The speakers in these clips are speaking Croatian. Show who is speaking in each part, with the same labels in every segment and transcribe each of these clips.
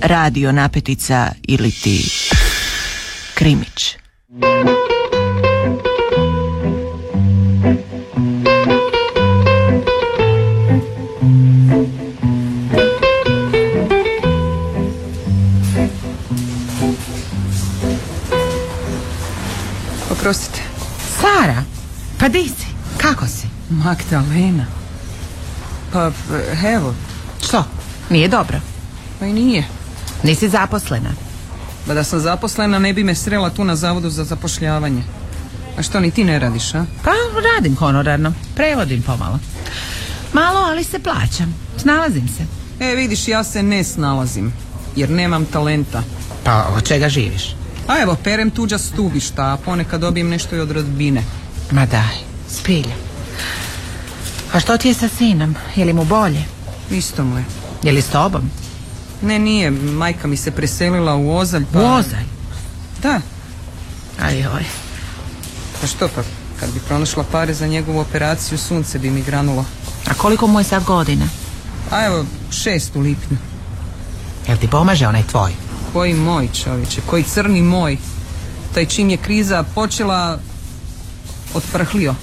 Speaker 1: radio napetica ili ti krimić.
Speaker 2: Oprostite.
Speaker 3: Sara, pa di si? Kako si?
Speaker 2: Magdalena. Pa p- evo,
Speaker 3: Što? Nije dobro.
Speaker 2: pa i nije.
Speaker 3: Nisi zaposlena.
Speaker 2: Ba da sam zaposlena ne bi me srela tu na zavodu za zapošljavanje. A što ni ti ne radiš, a?
Speaker 3: Pa radim honorarno. Prevodim pomalo. Malo, ali se plaćam. Snalazim se.
Speaker 2: E, vidiš, ja se ne snalazim. Jer nemam talenta.
Speaker 3: Pa od čega živiš?
Speaker 2: A evo, perem tuđa stubišta, a ponekad dobijem nešto i od rodbine.
Speaker 3: Ma daj, spilja. A što ti je sa sinom? Je li mu bolje?
Speaker 2: Isto mu je.
Speaker 3: Je li s tobom?
Speaker 2: Ne, nije. Majka mi se preselila u Ozalj, pa...
Speaker 3: U ozaj.
Speaker 2: Da.
Speaker 3: Aj, oj.
Speaker 2: Pa što pa, kad bi pronašla pare za njegovu operaciju, sunce bi mi granulo.
Speaker 3: A koliko mu je sad godina?
Speaker 2: A evo, šest u lipnju.
Speaker 3: Jel ti pomaže onaj tvoj?
Speaker 2: Koji moj čovječe, koji crni moj. Taj čim je kriza počela, otprhlio.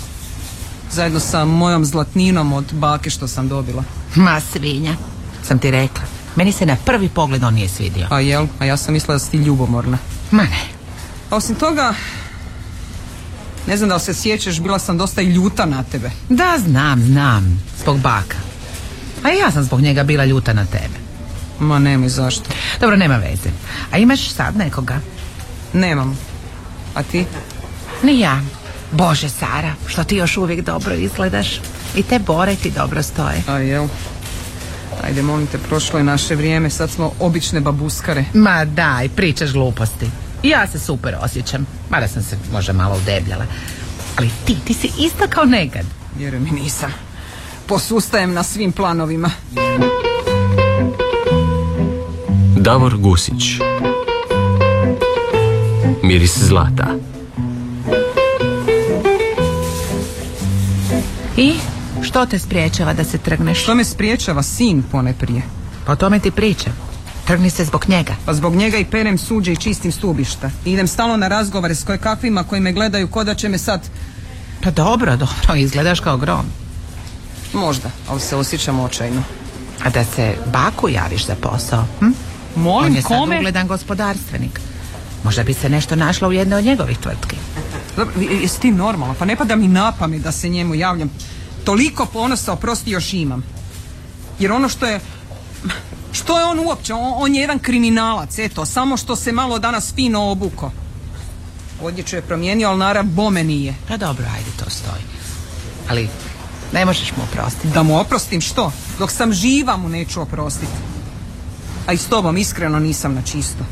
Speaker 2: Zajedno sa mojom zlatninom od bake što sam dobila.
Speaker 3: Ma svinja. Sam ti rekla. Meni se na prvi pogled on nije svidio.
Speaker 2: A Pa jel, a ja sam mislila da si ti ljubomorna.
Speaker 3: Ma ne.
Speaker 2: A osim toga, ne znam da li se sjećaš, bila sam dosta i ljuta na tebe.
Speaker 3: Da, znam, znam. Zbog baka. A i ja sam zbog njega bila ljuta na tebe.
Speaker 2: Ma nemoj zašto.
Speaker 3: Dobro, nema veze. A imaš sad nekoga?
Speaker 2: Nemam. A ti?
Speaker 3: Ni ja. Bože, Sara, što ti još uvijek dobro izgledaš. I te bore ti dobro stoje.
Speaker 2: A jel. Ajde, molim te, prošlo je naše vrijeme, sad smo obične babuskare.
Speaker 3: Ma daj, pričaš gluposti. Ja se super osjećam. Mada sam se možda malo udebljala. Ali ti, ti si ista kao nekad.
Speaker 2: Vjeruj mi, nisam. Posustajem na svim planovima.
Speaker 4: Davor Gusić Miris zlata
Speaker 3: I? Što te spriječava da se trgneš?
Speaker 2: Što me spriječava sin pone prije?
Speaker 3: Pa o tome ti pričam. Trgni se zbog njega.
Speaker 2: Pa zbog njega i perem suđe i čistim stubišta. I idem stalno na razgovore s kojekakvima koji me gledaju ko da će me sad...
Speaker 3: Pa dobro, dobro, izgledaš kao grom.
Speaker 2: Možda, ali se osjećam očajno.
Speaker 3: A da se baku javiš za posao? Hm? On je
Speaker 2: Molim,
Speaker 3: sad
Speaker 2: kome?
Speaker 3: ugledan gospodarstvenik. Možda bi se nešto našlo u jednoj od njegovih tvrtki.
Speaker 2: Dobro, vi- jesi ti normalan? Pa ne pada mi na pamet da se njemu javljam. Toliko ponosa, oprosti, još imam. Jer ono što je... Što je on uopće? On, on je jedan kriminalac, eto. Samo što se malo danas fino obuko. Odjeću je promijenio, ali narav bome nije.
Speaker 3: Pa dobro, ajde, to stoji. Ali ne možeš mu oprostiti.
Speaker 2: Da mu oprostim što? Dok sam živa mu neću oprostiti. A i s tobom iskreno nisam na čisto.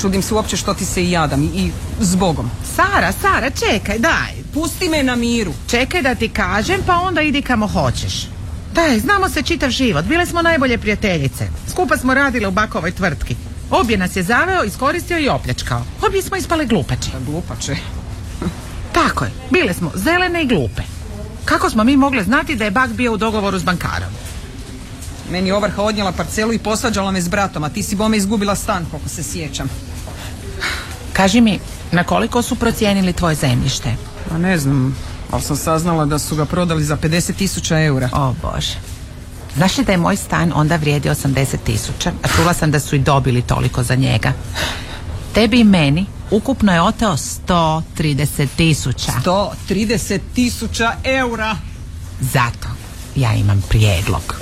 Speaker 2: Čudim se uopće što ti se i jadam i, i zbogom.
Speaker 3: Sara, Sara, čekaj, daj.
Speaker 2: Pusti me na miru.
Speaker 3: Čekaj da ti kažem, pa onda idi kamo hoćeš. Daj, znamo se čitav život. Bile smo najbolje prijateljice. Skupa smo radile u bakovoj tvrtki. Obje nas je zaveo, iskoristio i opljačkao. Obje smo ispale glupači.
Speaker 2: Da glupače.
Speaker 3: Tako je, bile smo zelene i glupe. Kako smo mi mogle znati da je bak bio u dogovoru s bankarom?
Speaker 2: Meni je ovrha odnijela parcelu i posvađala me s bratom, a ti si bome izgubila stan, koliko se sjećam.
Speaker 3: Kaži mi, na koliko su procijenili tvoje zemljište?
Speaker 2: A Pa ne znam, ali sam saznala da su ga prodali za 50 tisuća eura.
Speaker 3: O Bože. Znaš li da je moj stan onda vrijedio 80 tisuća, a čula sam da su i dobili toliko za njega. Tebi i meni ukupno je oteo 130 tisuća.
Speaker 2: 130 tisuća eura!
Speaker 3: Zato ja imam prijedlog.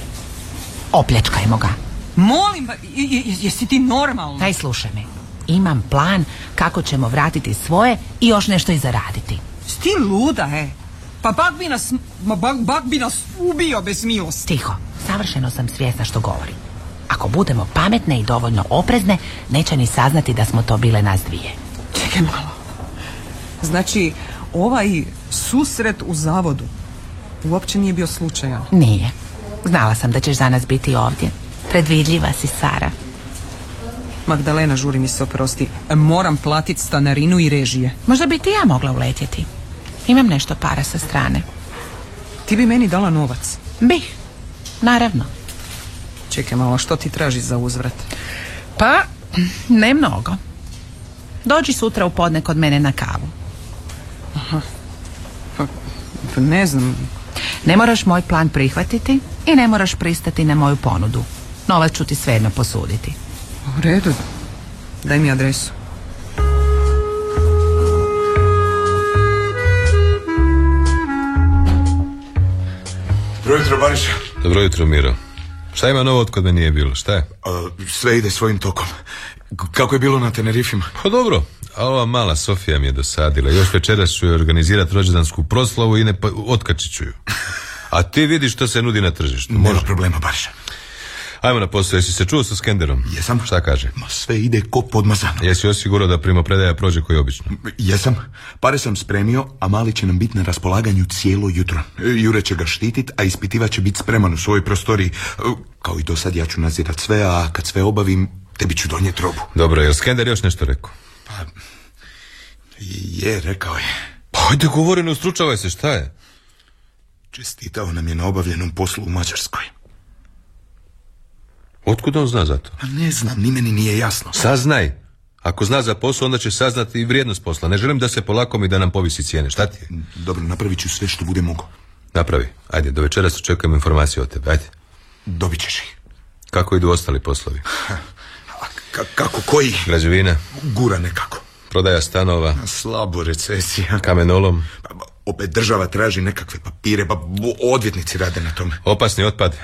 Speaker 3: Opljačkajmo ga.
Speaker 2: Molim, i- i- jesi ti normalna?
Speaker 3: Daj slušaj me. Imam plan kako ćemo vratiti svoje i još nešto i zaraditi.
Speaker 2: Jesi ti luda, e? Pa bak bi nas, ma bak, bak bi nas ubio bez milosti.
Speaker 3: Tiho, savršeno sam svjesna što govorim. Ako budemo pametne i dovoljno oprezne, neće ni saznati da smo to bile nas dvije.
Speaker 2: Čekaj malo. Znači, ovaj susret u zavodu uopće nije bio slučajan.
Speaker 3: Nije. Znala sam da ćeš za nas biti ovdje. Predvidljiva si, Sara.
Speaker 2: Magdalena, žuri mi se oprosti. Moram platit stanarinu i režije.
Speaker 3: Možda bi ti ja mogla uletjeti. Imam nešto para sa strane.
Speaker 2: Ti bi meni dala novac.
Speaker 3: Bih. Naravno.
Speaker 2: Čekaj malo, što ti traži za uzvrat?
Speaker 3: Pa, ne mnogo. Dođi sutra u podne kod mene na kavu.
Speaker 2: Pa ne znam,
Speaker 3: Ne moraš moj plan prihvatiti i ne moraš pristati na moju ponudu. Novac ću ti svejedno posuditi.
Speaker 2: u redu. Daj mi adresu.
Speaker 5: Dobro jutro, Bariša.
Speaker 6: Dobro jutro, Miro. Šta ima novo od kod me nije bilo, šta je?
Speaker 5: A, Sve ide svojim tokom. K- Kako je bilo na Tenerifima?
Speaker 6: Pa dobro, a ova mala Sofija mi je dosadila. Još večeras ću joj organizirati rođendansku proslavu i ne pa, otkačit ću ju. A ti vidiš što se nudi na tržištu.
Speaker 5: Nema
Speaker 6: Može.
Speaker 5: problema, Bariša.
Speaker 6: Ajmo na posao, jesi se čuo sa Skenderom?
Speaker 5: Jesam.
Speaker 6: Šta kaže?
Speaker 5: Ma sve ide ko podmazano.
Speaker 6: Jesi osigurao da primopredaja prođe koji obično?
Speaker 5: Jesam. Pare sam spremio, a mali će nam biti na raspolaganju cijelo jutro. E, Jure će ga štitit, a ispitivač će biti spreman u svojoj prostoriji. E, Kao i do sad ja ću nazirat sve, a kad sve obavim, tebi ću donijeti robu.
Speaker 6: Dobro, jel Skender još nešto rekao?
Speaker 5: Je, rekao je.
Speaker 6: Pa ajde, govori, ne ustručavaj se, šta je?
Speaker 5: Čestitao nam je na obavljenom poslu u Mađarskoj.
Speaker 6: Otkud on zna za to?
Speaker 5: Pa ne znam, ni meni nije jasno.
Speaker 6: Saznaj. Ako zna za posao, onda će saznati i vrijednost posla. Ne želim da se polakom i da nam povisi cijene. Šta ti je?
Speaker 5: Dobro, napravit ću sve što bude mogao.
Speaker 6: Napravi. Ajde, do večeras očekujem informacije o tebe. Ajde.
Speaker 5: Dobit ćeš ih.
Speaker 6: Kako idu ostali poslovi?
Speaker 5: A ka- kako, koji?
Speaker 6: Građevina,
Speaker 5: Gura nekako.
Speaker 6: prodaja stanova,
Speaker 5: Slabo recesija.
Speaker 6: kamenolom,
Speaker 5: Pa, ba, opet država traži nekakve papire, pa bo- odvjetnici rade na tome.
Speaker 6: opasni otpad.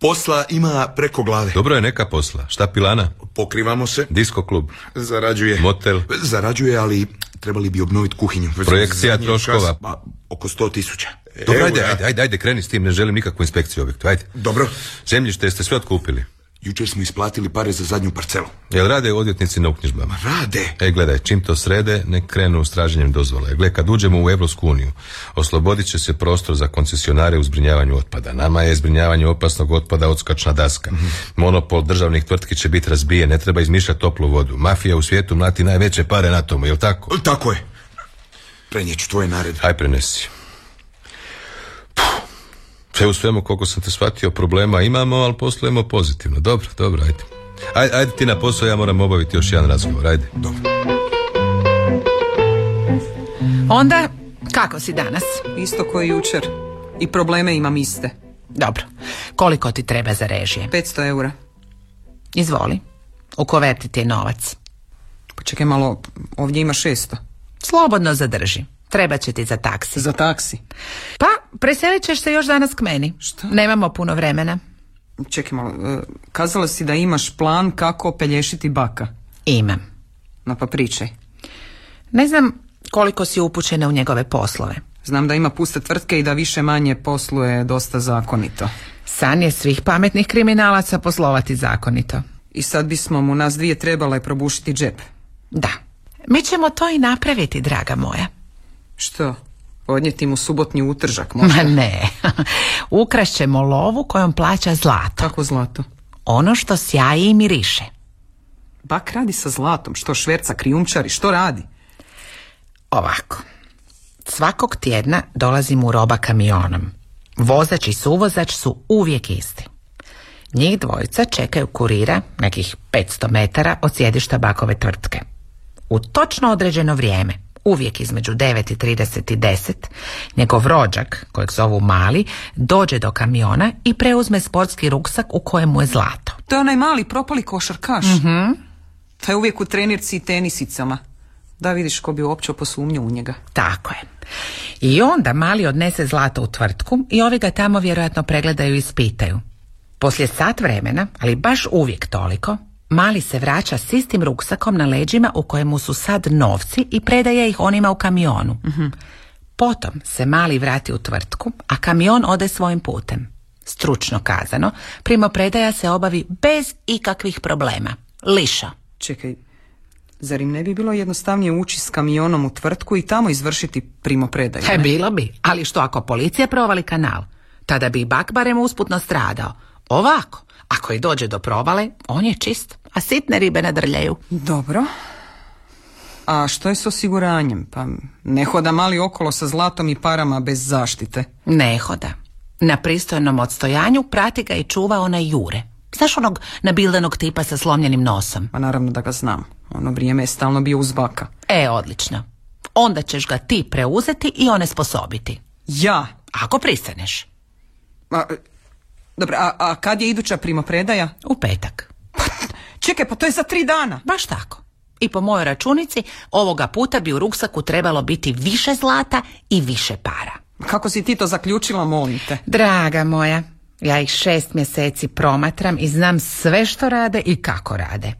Speaker 5: Posla ima preko glave.
Speaker 6: Dobro je neka posla. Šta pilana?
Speaker 5: Pokrivamo se,
Speaker 6: Disko klub,
Speaker 5: zarađuje.
Speaker 6: motel.
Speaker 5: Zarađuje, ali trebali bi obnoviti kuhinju.
Speaker 6: Projekcija
Speaker 5: Zadnji
Speaker 6: troškova.
Speaker 5: čas, Pa, oko sto tisuća.
Speaker 6: Dobro,
Speaker 5: Eura.
Speaker 6: ajde, ajde, ajde, ajde, kreni s tim, ne želim nikakvu inspekciju objektu, ajde.
Speaker 5: Dobro,
Speaker 6: Zemljište ste sve otkupili.
Speaker 5: jučer smo isplatili pare za zadnju parcelu.
Speaker 6: Jel rade odvjetnici na uknjižbama?
Speaker 5: Rade.
Speaker 6: E, gledaj, čim to srede, nek krenu s traženjem dozvola. E, Gle, kad uđemo u Evropsku uniju, oslobodit će se prostor za koncesionare u zbrinjavanju otpada. Nama je zbrinjavanje opasnog otpada odskačna daska. Monopol državnih tvrtki će biti razbijen, ne treba izmišljati toplu vodu. Mafija u svijetu mlati najveće pare na tomu, jel tako?
Speaker 5: Tako je. Prenijeću tvoje naredbe.
Speaker 6: Aj, prenesi. Puh. Sve u svemu, koliko sam te shvatio, problema imamo, ali poslujemo pozitivno. Dobro, dobro, ajde. Ajde, ajde ti na posao, ja moram obaviti još jedan razgovor, ajde.
Speaker 3: Onda, kako si danas?
Speaker 2: Isto koji jučer. I probleme imam iste.
Speaker 3: Dobro. Koliko ti treba za režije?
Speaker 2: 500 eura.
Speaker 3: Izvoli. U koverti ti je novac.
Speaker 2: Pa čekaj malo, ovdje ima 600.
Speaker 3: Slobodno zadrži. Treba će ti za taksi.
Speaker 2: Za taksi.
Speaker 3: Pa, preselit ćeš se još danas k meni.
Speaker 2: Šta?
Speaker 3: Nemamo puno vremena.
Speaker 2: Čekaj malo, e, kazala si da imaš plan kako pelješiti baka.
Speaker 3: Imam.
Speaker 2: No pa pričaj.
Speaker 3: Ne znam koliko si upućena u njegove poslove.
Speaker 2: Znam da ima puste tvrtke i da više manje posluje dosta zakonito.
Speaker 3: San je svih pametnih kriminalaca poslovati zakonito.
Speaker 2: I sad bismo mu nas dvije trebale probušiti džep.
Speaker 3: Da. Mi ćemo to i napraviti, draga moja.
Speaker 2: Što? Odnijeti mu subotnji utržak
Speaker 3: Ma
Speaker 2: možda?
Speaker 3: ne. Ukrašćemo lovu kojom plaća zlato.
Speaker 2: Kako zlato?
Speaker 3: Ono što sjaji i miriše.
Speaker 2: Bak radi sa zlatom, što šverca, krijumčari, što radi?
Speaker 3: Ovako. Svakog tjedna dolazim u roba kamionom. Vozač i suvozač su uvijek isti. Njih dvojica čekaju kurira nekih 500 metara od sjedišta bakove tvrtke. U točno određeno vrijeme, uvijek između 9.30 i 10, njegov rođak, kojeg zovu Mali, dođe do kamiona i preuzme sportski ruksak u kojemu je zlato.
Speaker 2: To je onaj mali propali košarkaš. Taj je uvijek u trenirci i tenisicama. Da vidiš ko bi uopće posumnio u njega.
Speaker 3: Tako je. I onda mali odnese zlato u tvrtku i ovi ga tamo vjerojatno pregledaju i ispitaju. Poslije sat vremena, ali baš uvijek toliko, mali se vraća s istim ruksakom na leđima u kojemu su sad novci i predaje ih onima u kamionu. Potom se mali vrati u tvrtku, a kamion ode svojim putem. Stručno kazano, primopredaja se obavi bez ikakvih problema. Liša.
Speaker 2: Čekaj, zar im ne bi bilo jednostavnije ući s kamionom u tvrtku i tamo izvršiti primopredaju?
Speaker 3: E, bilo bi, ali što ako policija provali kanal? Tada bi i bak barem usputno stradao. Ovako, ako i dođe do provale, on je čist, a sitne ribe nadrljaju.
Speaker 2: Dobro. A što je s osiguranjem? Pa ne hoda mali okolo sa zlatom i parama bez zaštite.
Speaker 3: Ne hoda. Na pristojnom odstojanju prati ga i čuva onaj Jure. Znaš onog nabildanog tipa sa slomljenim nosom?
Speaker 2: Pa naravno da ga znam. Ono vrijeme je stalno bio uz baka.
Speaker 3: E, odlično. Onda ćeš ga ti preuzeti i onesposobiti.
Speaker 2: Ja?
Speaker 3: Ako pristaneš.
Speaker 2: A, e, dobro, a, a kad je iduća primopredaja?
Speaker 3: U petak.
Speaker 2: Čekaj, pa to je za tri dana.
Speaker 3: Baš tako. I po mojoj računici, ovoga puta bi u ruksaku trebalo biti više zlata i više para.
Speaker 2: Kako si ti to zaključila, molim te?
Speaker 7: Draga moja, ja ih šest mjeseci promatram i znam sve što rade i kako rade.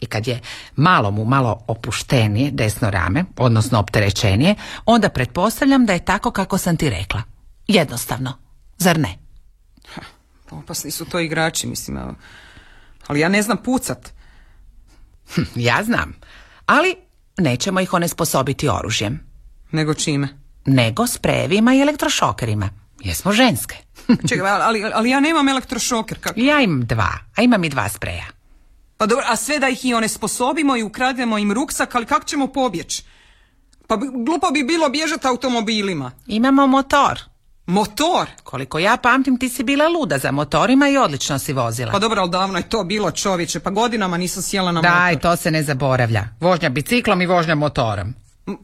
Speaker 3: I kad je malo mu malo opuštenije desno rame, odnosno opterećenije, onda pretpostavljam da je tako kako sam ti rekla. Jednostavno. Zar ne?
Speaker 2: Pa Opasni su to igrači, mislim. a- Ali ja ne znam pucat.
Speaker 3: Ja znam. Ali nećemo ih onesposobiti oružjem.
Speaker 2: Nego čime?
Speaker 3: Nego sprejevima i elektrošokerima. Jesmo ženske.
Speaker 2: Čekaj, ali- ali, ali ja nemam elektrošoker. Kako?
Speaker 3: ja imam dva, a imam i dva spreja.
Speaker 2: Pa dobro, a sve da ih i onesposobimo i ukrademo im ruksak, ali kako ćemo pobjeći? Pa bi- glupo bi bilo bježati automobilima.
Speaker 3: Imamo motor.
Speaker 2: Motor?
Speaker 3: Koliko ja pamtim, ti si bila luda za motorima i odlično si vozila.
Speaker 2: Pa dobro, ali davno je to bilo čovječe, pa godinama nisam sjela na motor.
Speaker 7: Daj, to se ne zaboravlja. Vožnja biciklom i vožnja motorom.
Speaker 2: M-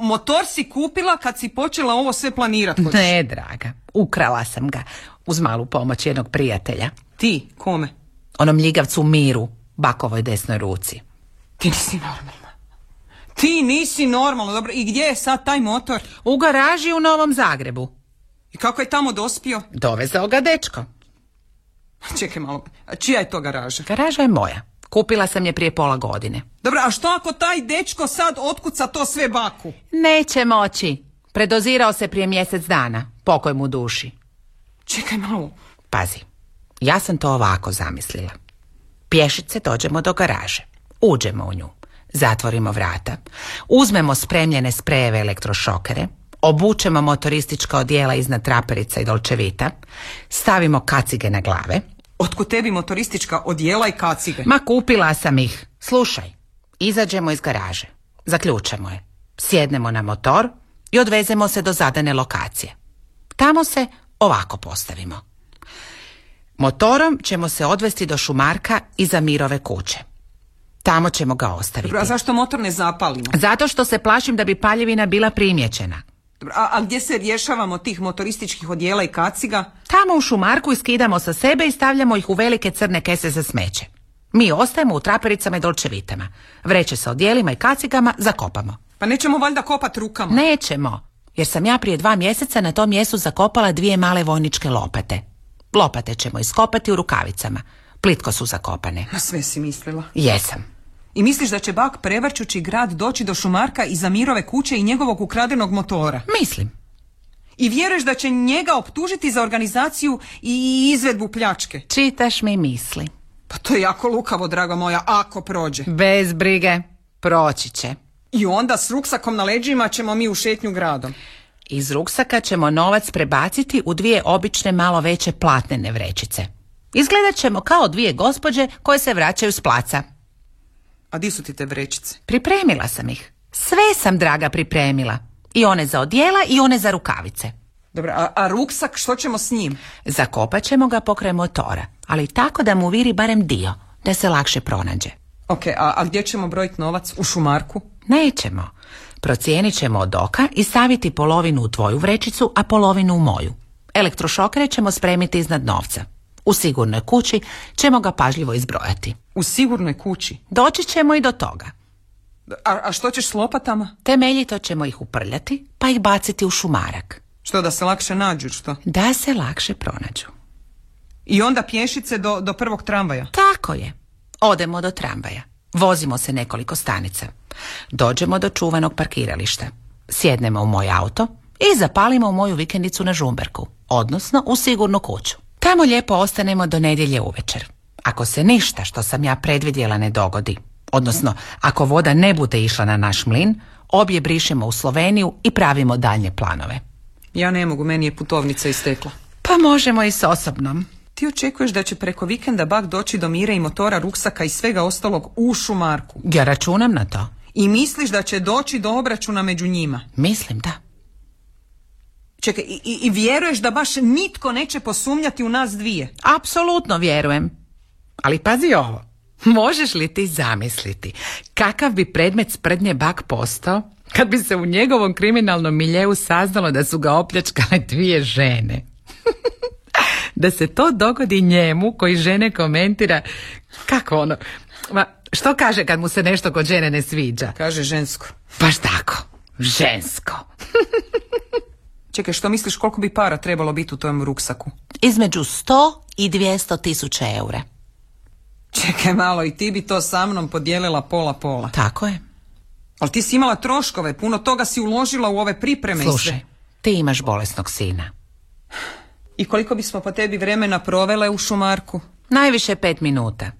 Speaker 2: motor si kupila kad si počela ovo sve planirat. hoćeš?
Speaker 3: Ne, draga, ukrala sam ga uz malu pomoć jednog prijatelja.
Speaker 2: Ti, kome?
Speaker 3: Onom ljigavcu Miru, bakovoj desnoj ruci.
Speaker 2: Ti nisi normalna. Ti nisi normalna, dobro. I gdje je sad taj motor?
Speaker 3: U garaži u Novom Zagrebu.
Speaker 2: I kako je tamo dospio?
Speaker 3: Dovezao ga dečko.
Speaker 2: Čekaj malo, a čija je to garaža?
Speaker 3: Garaža je moja. Kupila sam je prije pola godine.
Speaker 2: Dobro, a što ako taj dečko sad otkuca to sve baku?
Speaker 3: Neće moći. Predozirao se prije mjesec dana. Pokoj mu duši.
Speaker 2: Čekaj malo.
Speaker 3: Pazi, ja sam to ovako zamislila. Pješice dođemo do garaže, uđemo u nju, zatvorimo vrata, uzmemo spremljene sprejeve elektrošokere, obučemo motoristička odijela iznad traperica i dolčevita, stavimo kacige na glave.
Speaker 2: Otkud tebi motoristička odjela i kacige?
Speaker 3: Ma kupila sam ih. Slušaj, izađemo iz garaže, zaključamo je, sjednemo na motor i odvezemo se do zadane lokacije. Tamo se ovako postavimo. Motorom ćemo se odvesti do Šumarka iza Mirove kuće. Tamo ćemo ga ostaviti.
Speaker 2: Dobro, a zašto motor ne zapalimo?
Speaker 3: Zato što se plašim da bi paljevina bila primijećena.
Speaker 2: Dobro, a, a gdje se rješavamo tih motorističkih odjela i kaciga?
Speaker 3: Tamo u šumarku iskidamo sa sebe i stavljamo ih u velike crne kese za smeće. Mi ostajemo u trapericama i dolčevitama. Vreće sa odjelima i kacigama zakopamo.
Speaker 2: Pa nećemo valjda kopat rukama.
Speaker 3: Nećemo, jer sam ja prije dva mjeseca na tom mjestu zakopala dvije male vojničke lopate. Lopate ćemo iskopati u rukavicama. Plitko su zakopane.
Speaker 2: Na sve si mislila.
Speaker 3: Jesam.
Speaker 2: I misliš da će bak prevrćući grad doći do Šumarka iza Mirove kuće i njegovog ukradenog motora?
Speaker 3: Mislim.
Speaker 2: I vjeruješ da će njega optužiti za organizaciju i izvedbu pljačke?
Speaker 3: Čitaš mi misli.
Speaker 2: Pa to je jako lukavo, draga moja, ako prođe.
Speaker 3: Bez brige. Proći će.
Speaker 2: I onda s ruksakom na leđima ćemo mi u šetnju gradom.
Speaker 3: Iz ruksaka ćemo novac prebaciti u dvije obične malo veće platnene vrećice. Izgledat ćemo kao dvije gospođe koje se vraćaju s placa.
Speaker 2: A di su ti te vrećice?
Speaker 3: Pripremila sam ih. Sve sam, draga, pripremila. I one za odjela i one za rukavice.
Speaker 2: Dobro, a, a ruksak, što ćemo s njim?
Speaker 3: Zakopat ćemo ga pokraj motora, ali tako da mu viri barem dio, da se lakše pronađe.
Speaker 2: Ok, a, a gdje ćemo brojiti novac? U Šumarku?
Speaker 3: Nećemo. Procijenit ćemo od oka i staviti polovinu u tvoju vrećicu, a polovinu u moju. Elektrošokere ćemo spremiti iznad novca. U sigurnoj kući ćemo ga pažljivo izbrojati.
Speaker 2: U sigurnoj kući?
Speaker 3: Doći ćemo i do toga.
Speaker 2: A, a što ćeš s lopatama?
Speaker 3: Temeljito ćemo ih uprljati, pa ih baciti u šumarak.
Speaker 2: Što, da se lakše nađu, što?
Speaker 3: Da se lakše pronađu.
Speaker 2: I onda pješice do, do prvog tramvaja.
Speaker 3: Tako je. Odemo do tramvaja. Vozimo se nekoliko stanica. Dođemo do čuvanog parkirališta. Sjednemo u moj auto i zapalimo u moju vikendicu na Žumberku, odnosno u sigurnu kuću. Tamo lijepo ostanemo do nedjelje uvečer. Ako se ništa što sam ja predvidjela ne dogodi, odnosno ako voda ne bude išla na naš mlin, obje brišemo u Sloveniju i pravimo daljnje planove.
Speaker 2: Ja ne mogu, meni je putovnica istekla.
Speaker 3: Pa možemo i s osobnom.
Speaker 2: Ti očekuješ da će preko vikenda bak doći do mire i motora, ruksaka i svega ostalog u Šumarku.
Speaker 3: Ja računam na to.
Speaker 2: I misliš da će doći do obračuna među njima.
Speaker 3: Mislim da.
Speaker 2: Čekaj, i, i- i vjeruješ da baš nitko neće posumnjati u nas dvije?
Speaker 3: Apsolutno vjerujem. Ali pazi ovo. Možeš li ti zamisliti kakav bi predmet sprednje bak postao kad bi se u njegovom kriminalnom miljeu saznalo da su ga opljačkale dvije žene? da se to dogodi njemu koji žene komentira kako ono... Ma, što kaže kad mu se nešto kod žene ne sviđa?
Speaker 2: Kaže žensko.
Speaker 3: Baš tako, žensko.
Speaker 2: Čekaj, što misliš koliko bi para trebalo biti u tom ruksaku?
Speaker 3: Između 100 i 200 tisuća eura.
Speaker 2: Čekaj malo, i ti bi to sa mnom podijelila pola-pola.
Speaker 3: Tako je.
Speaker 2: Ali ti si imala troškove, puno toga si uložila u ove pripreme i
Speaker 3: Slušaj,
Speaker 2: sve.
Speaker 3: ti imaš bolesnog sina.
Speaker 2: I koliko bismo po tebi vremena provele u šumarku?
Speaker 3: Najviše pet minuta.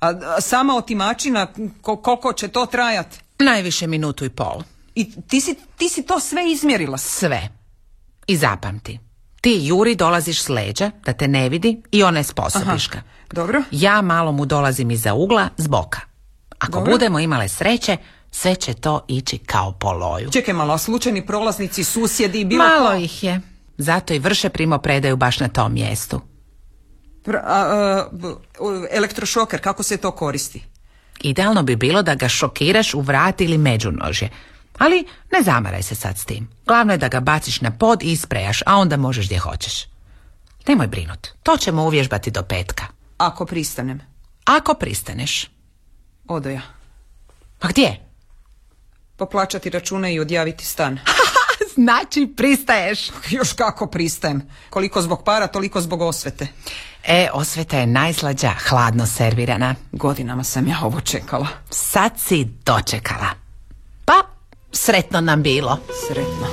Speaker 2: A, a sama otimačina, ko- koliko će to trajat?
Speaker 3: Najviše minutu i pol.
Speaker 2: I ti si, ti si to sve izmjerila.
Speaker 3: Sve. I zapamti. Ti Juri dolaziš s leđa da te ne vidi i ona je sposobiška.
Speaker 2: Dobro.
Speaker 3: Ja malo mu dolazim iza ugla s boka. Ako
Speaker 2: Dobro.
Speaker 3: budemo imale sreće, sve će to ići kao po loju.
Speaker 2: Čekaj malo, a slučajni prolaznici, susjedi i bilo...
Speaker 3: Malo ih je. Zato i vrše primo predaju baš na tom mjestu.
Speaker 2: Pra- a, a, b- o, elektrošoker, kako se to koristi?
Speaker 3: Idealno bi bilo da ga šokiraš u vrat ili međunožje. Ali ne zamaraj se sad s tim. Glavno je da ga baciš na pod i isprejaš, a onda možeš gdje hoćeš. Nemoj brinut, to ćemo uvježbati do petka.
Speaker 2: Ako pristanem.
Speaker 3: Ako pristaneš.
Speaker 2: Odoja.
Speaker 3: Pa gdje?
Speaker 2: Poplaćati račune i odjaviti stan.
Speaker 3: Znači pristaješ.
Speaker 2: Još kako pristajem. Koliko zbog para, toliko zbog osvete.
Speaker 3: E, osveta je najslađa, hladno servirana.
Speaker 2: Godinama sam ja ovo čekala.
Speaker 3: Sad si dočekala. Pa, sretno nam bilo.
Speaker 2: Sretno.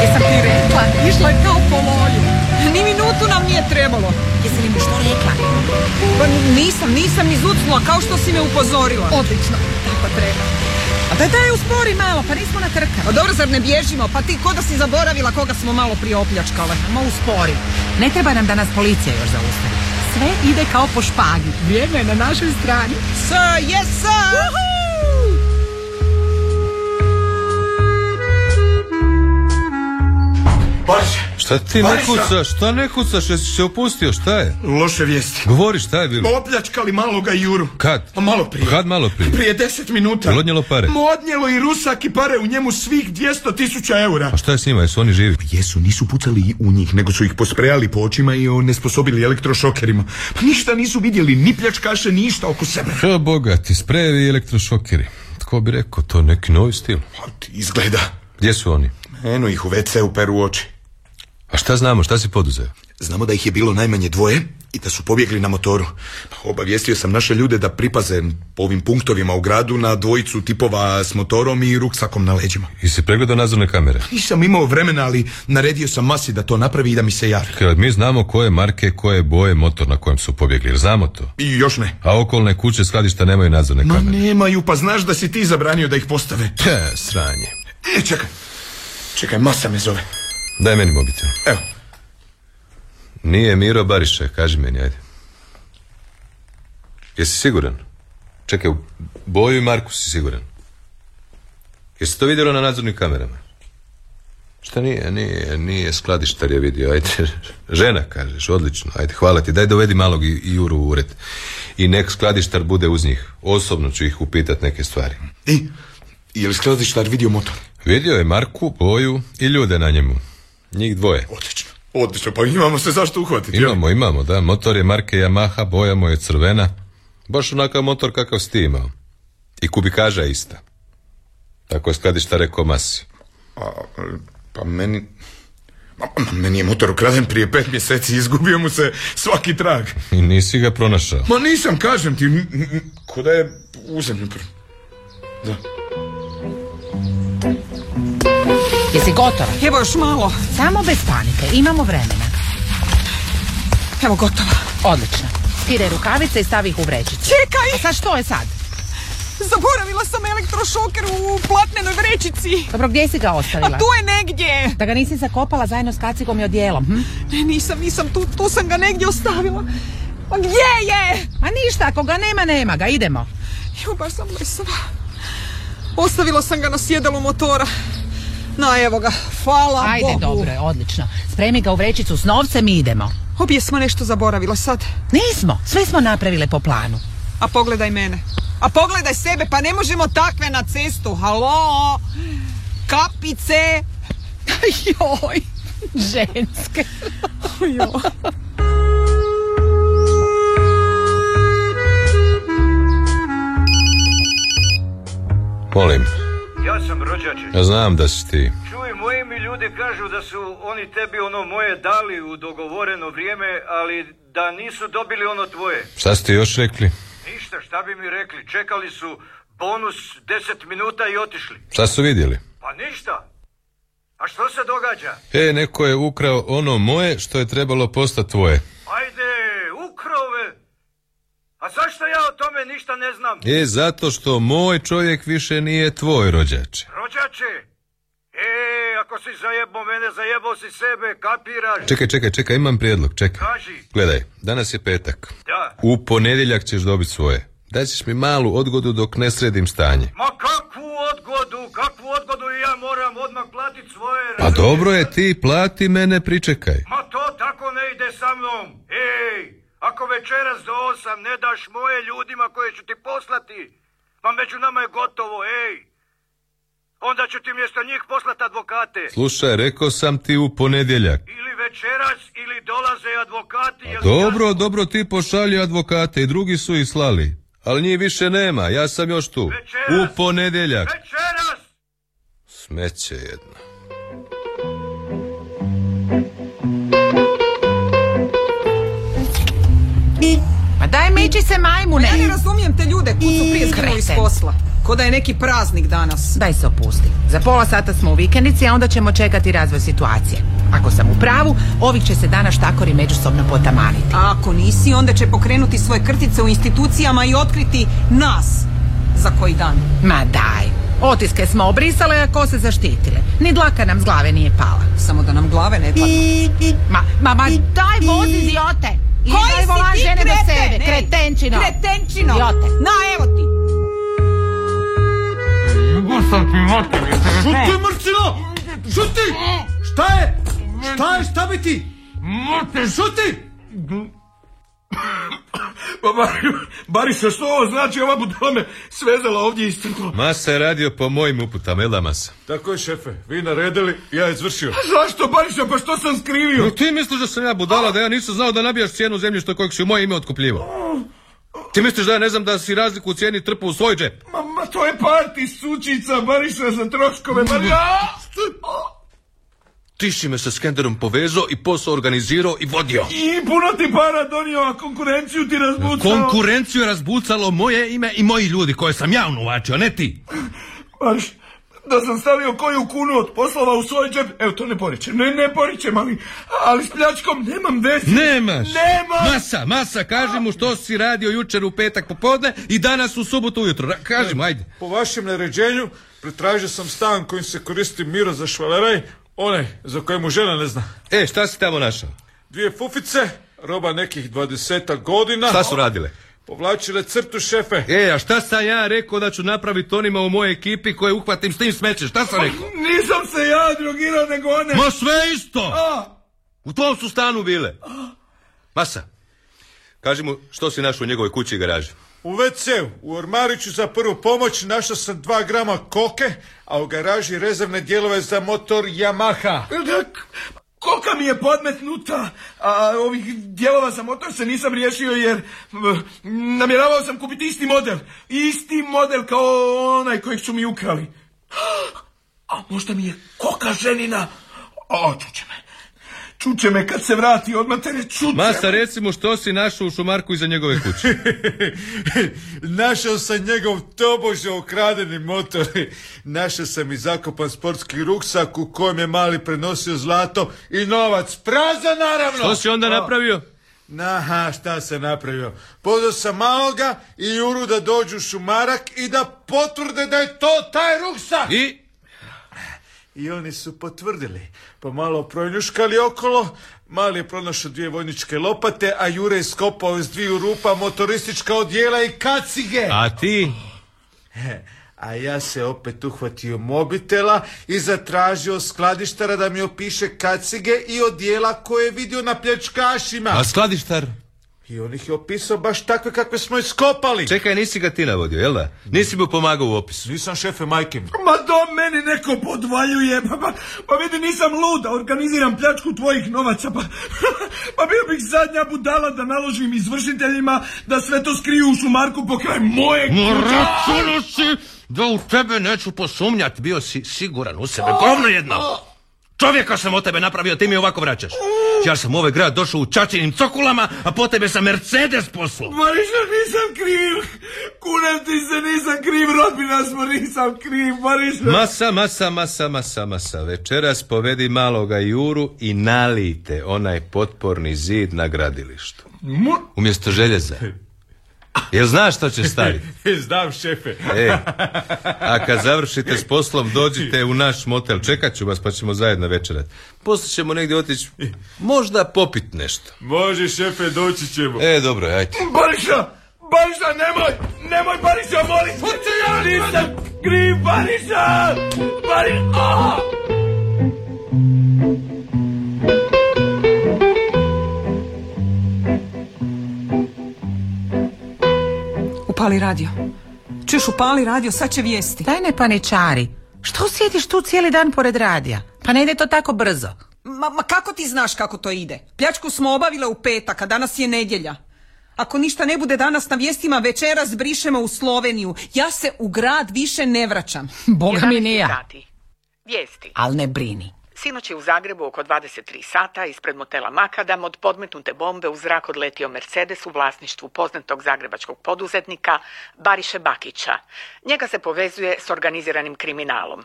Speaker 2: Jesam ti rekla, Pa, išla je kao po loju. Ni minutu nam nije trebalo.
Speaker 3: Jesi li mi što rekla?
Speaker 2: Pa nisam, nisam ni zucnula, kao što si me upozorila.
Speaker 7: Odlično, tako treba. A daj, daj, uspori malo, pa nismo na trka.
Speaker 2: A dobro, zar ne bježimo? Pa ti ko da si zaboravila koga smo malo prije opljačkale.
Speaker 7: Ma uspori. Ne treba nam da nas policija još zaustavi. Sve ide kao po špagi. Vrijeme je na našoj strani.
Speaker 2: Sir, yes sir!
Speaker 5: Bože,
Speaker 6: Šta ti ne
Speaker 5: Marisa!
Speaker 6: kucaš? Šta ne kucaš? Jesi se opustio? Šta je?
Speaker 5: loše vijesti.
Speaker 6: Govori šta je bilo?
Speaker 5: Opljačkali maloga Juru.
Speaker 6: Kad?
Speaker 5: A malo prije.
Speaker 6: Kad malo prije?
Speaker 5: Prije deset minuta.
Speaker 6: Jel odnijelo pare?
Speaker 5: Mo, odnijelo i rusak i pare u njemu svih 200 tisuća eura.
Speaker 6: A Pa šta je s njima? Jesu oni živi?
Speaker 5: Jesu, nisu pucali i u njih, nego su ih posprejali po očima i onesposobili elektrošokerima. Pa ništa nisu vidjeli, ni pljačkaše, ni išta oko sebe.
Speaker 6: Što bogati, sprejevi i elektrošokeri. Tko bi rekao, to je neki novi stil.
Speaker 5: Pa, Izgleda.
Speaker 6: Gdje su oni?
Speaker 5: Eno ih u WC u peru oči.
Speaker 6: A šta znamo, šta si poduzeo?
Speaker 5: Znamo da ih je bilo najmanje dvoje i da su pobjegli na motoru. Pa, Obavijestio sam naše ljude da pripaze po ovim punktovima u gradu na dvojicu tipova s motorom i ruksakom na leđima.
Speaker 6: I si pregledao nadzorne kamere?
Speaker 5: Nisam imao vremena, ali naredio sam Masi da to napravi i da mi se javi.
Speaker 6: Kad mi znamo koje marke, koje boje motor na kojem su pobjegli, jer znamo to.
Speaker 5: I još ne.
Speaker 6: A okolne kuće skladišta nemaju nadzorne
Speaker 5: Ma
Speaker 6: kamere.
Speaker 5: nemaju, pa znaš da si ti zabranio da ih postave.
Speaker 6: Te, sranje.
Speaker 5: E, čekaj. Čekaj, Masa me zove.
Speaker 6: Daj meni mobitel.
Speaker 5: Evo.
Speaker 6: Nije Miro Bariše, kaži meni, ajde. Jesi siguran? Čekaj, u Boju i Marku si siguran? Jesi to vidjelo na nadzornim kamerama? Šta nije, nije, nije skladištar je vidio, ajde. Žena, kažeš, odlično, ajde, hvala ti. Daj dovedi malog i, i Juru u ured. I nek skladištar bude uz njih. Osobno ću ih upitat neke stvari.
Speaker 5: I, je li skladištar vidio motor?
Speaker 6: Vidio je Marku, Boju i ljude na njemu. Njih dvoje.
Speaker 5: Odlično. Odlično, pa imamo se zašto uhvatiti. jel?
Speaker 6: Imamo, imamo, da. Motor je marke Yamaha, boja mu je crvena. Baš onakav motor kakav si ti imao. I kubikaža je ista. Tako je skladišta rekao Masi.
Speaker 5: A, pa meni... Ma, ma, Meni je motor ukraden prije pet mjeseci, izgubio mu se svaki trag.
Speaker 6: I nisi ga pronašao.
Speaker 5: Ma nisam, kažem ti, n- n- ko da je u zemlju pr... Da.
Speaker 7: Jesi gotova?
Speaker 2: Evo još malo.
Speaker 7: Samo bez panike, imamo vremena.
Speaker 2: Evo gotova.
Speaker 7: Odlično. Tire rukavice i stavi ih u vrećicu.
Speaker 3: E,
Speaker 2: Čekaj!
Speaker 7: A sad što je sad?
Speaker 2: Zaboravila sam elektrošoker u platnenoj vrećici.
Speaker 3: Dobro, gdje si ga ostavila?
Speaker 2: A tu je negdje.
Speaker 3: Da ga nisi zakopala zajedno s kacigom i odjelom, hm?
Speaker 2: Ne, nisam, nisam, tu, tu sam ga negdje ostavila. A gdje je?
Speaker 3: A ništa, ako ga nema, nema ga, idemo.
Speaker 2: Jo, baš sam lesava. Ostavila sam ga na sjedalu motora. Na, evo ga, hvala
Speaker 3: Ajde,
Speaker 2: Bogu.
Speaker 3: dobro je, odlično. Spremi ga u vrećicu s novcem i idemo.
Speaker 2: Obje smo nešto zaboravile sad.
Speaker 3: Nismo, sve smo napravile po planu.
Speaker 2: A pogledaj mene. A pogledaj sebe, pa ne možemo takve na cestu. Halo? Kapice?
Speaker 3: Joj, ženske.
Speaker 6: Molim,
Speaker 8: Ja sam rođačić.
Speaker 6: ja znam da si ti.
Speaker 8: Čuj, moji mi ljudi kažu da su oni tebi ono moje dali u dogovoreno vrijeme, ali da nisu dobili ono tvoje.
Speaker 6: Šta ste još rekli?
Speaker 8: Ništa, šta bi mi rekli? Čekali su bonus 10 minuta i otišli.
Speaker 6: Šta su vidjeli?
Speaker 8: Pa ništa. A što se događa?
Speaker 6: E, neko je ukrao ono moje što je trebalo postati tvoje.
Speaker 8: Ajde, ukrove! A zašto ja o tome ništa ne znam?
Speaker 6: E, zato što moj čovjek više nije tvoj rođač.
Speaker 8: Rođače! E, ako si zajebo mene, zajebo si sebe, kapiraš?
Speaker 6: Čekaj, čekaj, čekaj, imam prijedlog, čekaj.
Speaker 8: Kaži,
Speaker 6: Gledaj, danas je petak.
Speaker 8: da.
Speaker 6: U ponedjeljak ćeš dobiti svoje. Daćeš mi malu odgodu dok ne sredim stanje.
Speaker 8: Ma kakvu odgodu, kakvu odgodu i ja moram odmah platit svoje...
Speaker 6: Pa dobro je, ti plati mene, pričekaj.
Speaker 8: Ma to tako ne ide sa mnom. Ej, ako večeras do osam ne daš moje ljudima koje ću ti poslati, ma među nama je gotovo, ej. Onda ću ti mjesto njih poslati advokate.
Speaker 6: Slušaj, rekao sam ti u ponedjeljak.
Speaker 8: Ili večeras, ili dolaze advokati. jel ti
Speaker 6: Pa Dobro, dobro, ti pošalji advokate i drugi su ih slali. Ali njih više nema, ja sam još tu.
Speaker 8: Večeras.
Speaker 6: U ponedjeljak.
Speaker 8: jasno? Večeras!
Speaker 6: Smeće jedno.
Speaker 3: Ma Pa daj miči se majmune.
Speaker 2: Ja ne razumijem te ljude koji su prije
Speaker 3: Igrate.
Speaker 2: zginuli iz posla. Ko da je neki praznik danas.
Speaker 3: Daj se opusti. Za pola sata smo u vikendici, a onda ćemo čekati razvoj situacije. Ako sam u pravu, ovih će se danas štakori međusobno potamaniti.
Speaker 2: A ako nisi, onda će pokrenuti svoje krtice u institucijama i otkriti nas za koji dan.
Speaker 3: Ma daj, otiske smo obrisale, a ko se zaštitile. Ni dlaka nam s glave nije pala.
Speaker 2: Samo da nam glave ne padnu.
Speaker 3: Ma, ma, ma, daj vozi idiote! I daj volan žene do sebe, kretenčino!
Speaker 2: Kretenčino!
Speaker 3: Idiote!
Speaker 2: Na, evo ti!
Speaker 9: Šuti, Marcelo! Šuti! Šta je? Šta je? Šta bi ti? Šuti!
Speaker 5: Pa Bari- Bariša, što ovo znači? Ova budala me svezala ovdje i istrkla.
Speaker 6: Ma se radio po mojim uputama, jel da mas?
Speaker 9: Tako je, šefe. Vi naredili, ja izvršio.
Speaker 5: Zašto, Bariša? Pa što sam skrivio?
Speaker 6: ti misliš da sam ja budala, da ja nisam znao da nabijaš cijenu zemljišta kojeg si u moje ime otkupljivao? Ti misliš da ja ne znam da si razliku u cijeni trpao u svoj džep?
Speaker 5: Ma, ma, to je parti sučica, Bariša, za troškove. Bariša, A, što- a,
Speaker 6: Ti si me sa Skenderom povezao i posao organizirao i vodio.
Speaker 5: I puno ti para donio, a konkurenciju ti razbucao.
Speaker 6: Konkurenciju je razbucalo moje ime i moji ljudi koje sam ja unuvačio, ne ti.
Speaker 5: Bariš, da sam stavio koju kunu od poslova u svoj džep, evo to ne poričem, ne, ne poričem, ali, ali s pljačkom nemam veze.
Speaker 6: Nemaš.
Speaker 5: Nemam.
Speaker 6: Masa, masa, kaži mu što si radio jučer u petak popodne i danas u subotu ujutro. Ra- Kaži mu, ajde.
Speaker 9: Po vašem naređenju, pretražio sam stan kojim se koristi Miro za švaleraj, onaj za koje mu žena ne zna.
Speaker 6: E, šta si tamo našao?
Speaker 9: Dvije fufice, roba nekih dvadesetak godina.
Speaker 6: Šta su radile?
Speaker 9: Povlačile crtu, šefe.
Speaker 6: E, a šta sam ja rekao da ću napraviti onima u mojoj ekipi koje uhvatim s tim smećem? Šta sam rekao?
Speaker 5: Nisam se ja drogirao, nego one.
Speaker 6: Ma sve isto!
Speaker 5: A,
Speaker 6: U tvom su stanu bile. Masa, kaži mu što si našao u njegovoj kući i garaži.
Speaker 9: U WC-u, u ormariću za prvu pomoć našao sam 2 grama koke, a u garaži rezervne dijelove za motor Yamaha.
Speaker 5: E, Da, k- Koka mi je podmetnuta, a ovih dijelova za motor se nisam riješio jer eh, namjeravao sam kupiti isti model. Isti model kao onaj kojeg su mi ukrali. A možda mi je koka ženina. O, čuće me. Čuće me kad se vrati od matere, čuće
Speaker 6: Masa,
Speaker 5: me.
Speaker 6: reci mu što si našao u šumarku iza njegove kuće.
Speaker 9: Našao sam njegov tobože okradeni motor. Našao sam i zakopan sportski ruksak u kojem je mali prenosio zlato i novac. Prazan naravno!
Speaker 6: Što si onda napravio?
Speaker 9: Naha, šta se napravio? Pozvao sam maloga i Juru da dođu u šumarak i da potvrde da je to taj ruksak.
Speaker 6: I?
Speaker 9: I oni su potvrdili. Pomalo pronjuškali okolo, mali je pronašao dvije vojničke lopate, a Jure je skopao iz dviju rupa motoristička odjela i kacige.
Speaker 6: A ti?
Speaker 9: A ja se opet uhvatio mobitela i zatražio skladištara da mi opiše kacige i odjela koje je vidio na pljačkašima.
Speaker 6: A skladištar?
Speaker 9: I on ih je opisao baš takve kakve smo iskopali.
Speaker 6: Čekaj, nisi ga ti navodio, jel da? Nisi mu pomagao u opisu.
Speaker 9: Nisam šefe majke mi.
Speaker 10: Ma do meni neko podvaljuje, pa, pa, pa vidi nisam luda, organiziram pljačku tvojih novaca, pa, pa bio bih zadnja budala da naložim izvršiteljima da sve to skriju u šumarku pokraj moje kuće.
Speaker 11: Računo si da u tebe neću posumnjati, bio si siguran u sebe, govno jedno. Čovjeka sam od tebe napravio, ti mi ovako vraćaš. Ja sam u ovaj grad došao u čačinim cokulama, a po tebe sam Mercedes poslao.
Speaker 10: Ma ništa nisam kriv, kunem ti se nisam kriv, rodbina smo nisam kriv, ma ništa.
Speaker 6: Masa, masa, masa, masa, masa. Večeras povedi maloga Juru i nalijte onaj potporni zid na gradilištu.
Speaker 10: Mo-
Speaker 6: Umjesto željeza. Jel znaš što ćeš staviti?
Speaker 9: Znam šefe.
Speaker 6: E, a kad završite s poslom, dođite u naš motel. Čekat ću vas pa ćemo zajedno večerat. Poslije ćemo negdje otići, možda popit nešto.
Speaker 9: Može šefe, doći ćemo.
Speaker 6: E, dobro, ajde.
Speaker 10: Bariša, Bariša, nemoj, nemoj Bariša, molim te. Hoće ja, nisam kriv, Bariša, Bariša, aha!
Speaker 2: Upali radio. Čuješ, upali radio, sad će vijesti.
Speaker 3: Daj ne paničari, što sjediš tu cijeli dan pored radija? Pa ne ide to tako brzo.
Speaker 2: Ma, ma kako ti znaš kako to ide? Pljačku smo obavile u petak, a danas je nedjelja. Ako ništa ne bude danas na vijestima, večeras brišemo u Sloveniju. Ja se u grad više ne vraćam.
Speaker 3: Boga mi ni ja.
Speaker 12: sati. Vijesti.
Speaker 3: Al ne brini.
Speaker 12: Sinoć je u Zagrebu oko 23 sata ispred motela Makadam od podmetnute bombe u zrak odletio Mercedes u vlasništvu poznatog zagrebačkog poduzetnika Bariše Bakića. Njega se povezuje s organiziranim kriminalom.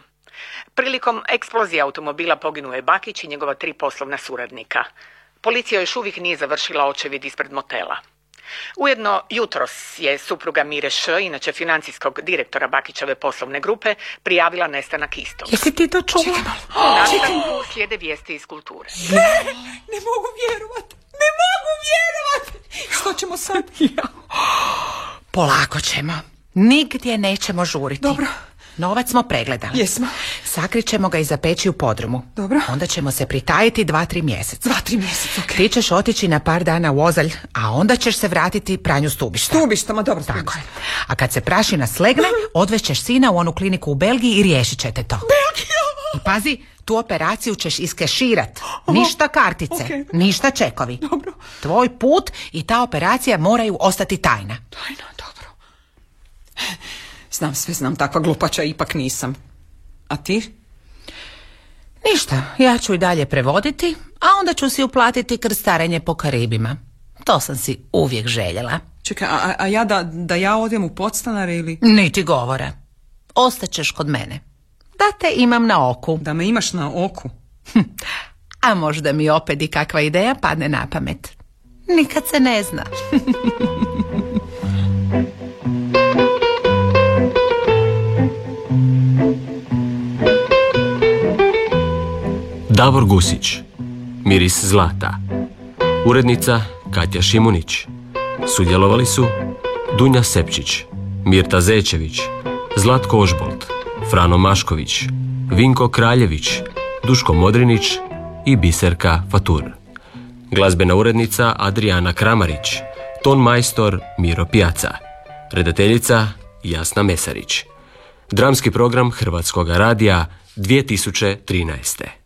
Speaker 12: Prilikom eksplozije automobila poginuo je Bakić i njegova tri poslovna suradnika. Policija još uvijek nije završila očevid ispred motela. Ujedno, jutros je supruga Mire Š, inače financijskog direktora Bakićeve poslovne grupe, prijavila nestanak istog.
Speaker 3: Jesi ti to čula?
Speaker 12: Nastavku slijede vijesti iz kulture.
Speaker 2: Ne mogu vjerovat, ne mogu vjerovat! Što ćemo sad?
Speaker 3: Polako ćemo. Nigdje nećemo žuriti.
Speaker 2: Dobro.
Speaker 3: Novac smo pregledali.
Speaker 2: Jesmo.
Speaker 3: Sakrit ćemo ga iza peći u podrumu.
Speaker 2: Dobro.
Speaker 3: Onda ćemo se pritajiti dva, tri mjeseca.
Speaker 2: Dva, tri mjeseca, okej.
Speaker 3: Ti ćeš otići na par dana u Ozalj, a onda ćeš se vratiti pranju stubišta.
Speaker 2: Stubišta, ma dobro
Speaker 3: Tako
Speaker 2: stubišta.
Speaker 3: je. A kad se prašina slegne, odvećeš sina u onu kliniku u Belgiji i riješit ćete to. I pazi, tu operaciju ćeš iskeširat. Ništa kartice,
Speaker 2: okej.
Speaker 3: ništa čekovi.
Speaker 2: Dobro.
Speaker 3: Tvoj put i ta operacija moraju ostati tajna.
Speaker 2: Tajna, dobro. Znam sve, znam, takva glupača ipak nisam. A ti?
Speaker 3: Ništa, ja ću i dalje prevoditi, a onda ću si uplatiti krstarenje po Karibima. To sam si uvijek željela.
Speaker 2: Čekaj, a, a- a ja da, da ja odem u podstanare ili...
Speaker 3: Niti govora. Ostaćeš kod mene. Da te imam na oku.
Speaker 2: Da me imaš na oku.
Speaker 3: A možda mi opet i kakva ideja padne na pamet. Nikad se ne zna.
Speaker 4: Davor Gusić. Miris zlata. Urednica Katja Šimunić. Sudjelovali su Dunja Sepčić, Mirta Zečević, Zlatko Ožbolt, Frano Mašković, Vinko Kraljević, Duško Modrinić i Biserka Fatur. Glazbena urednica Adriana Kramarić, ton majstor Miro Pijaca, redateljica Jasna Mesarić. Dramski program Hrvatskog radija 2013.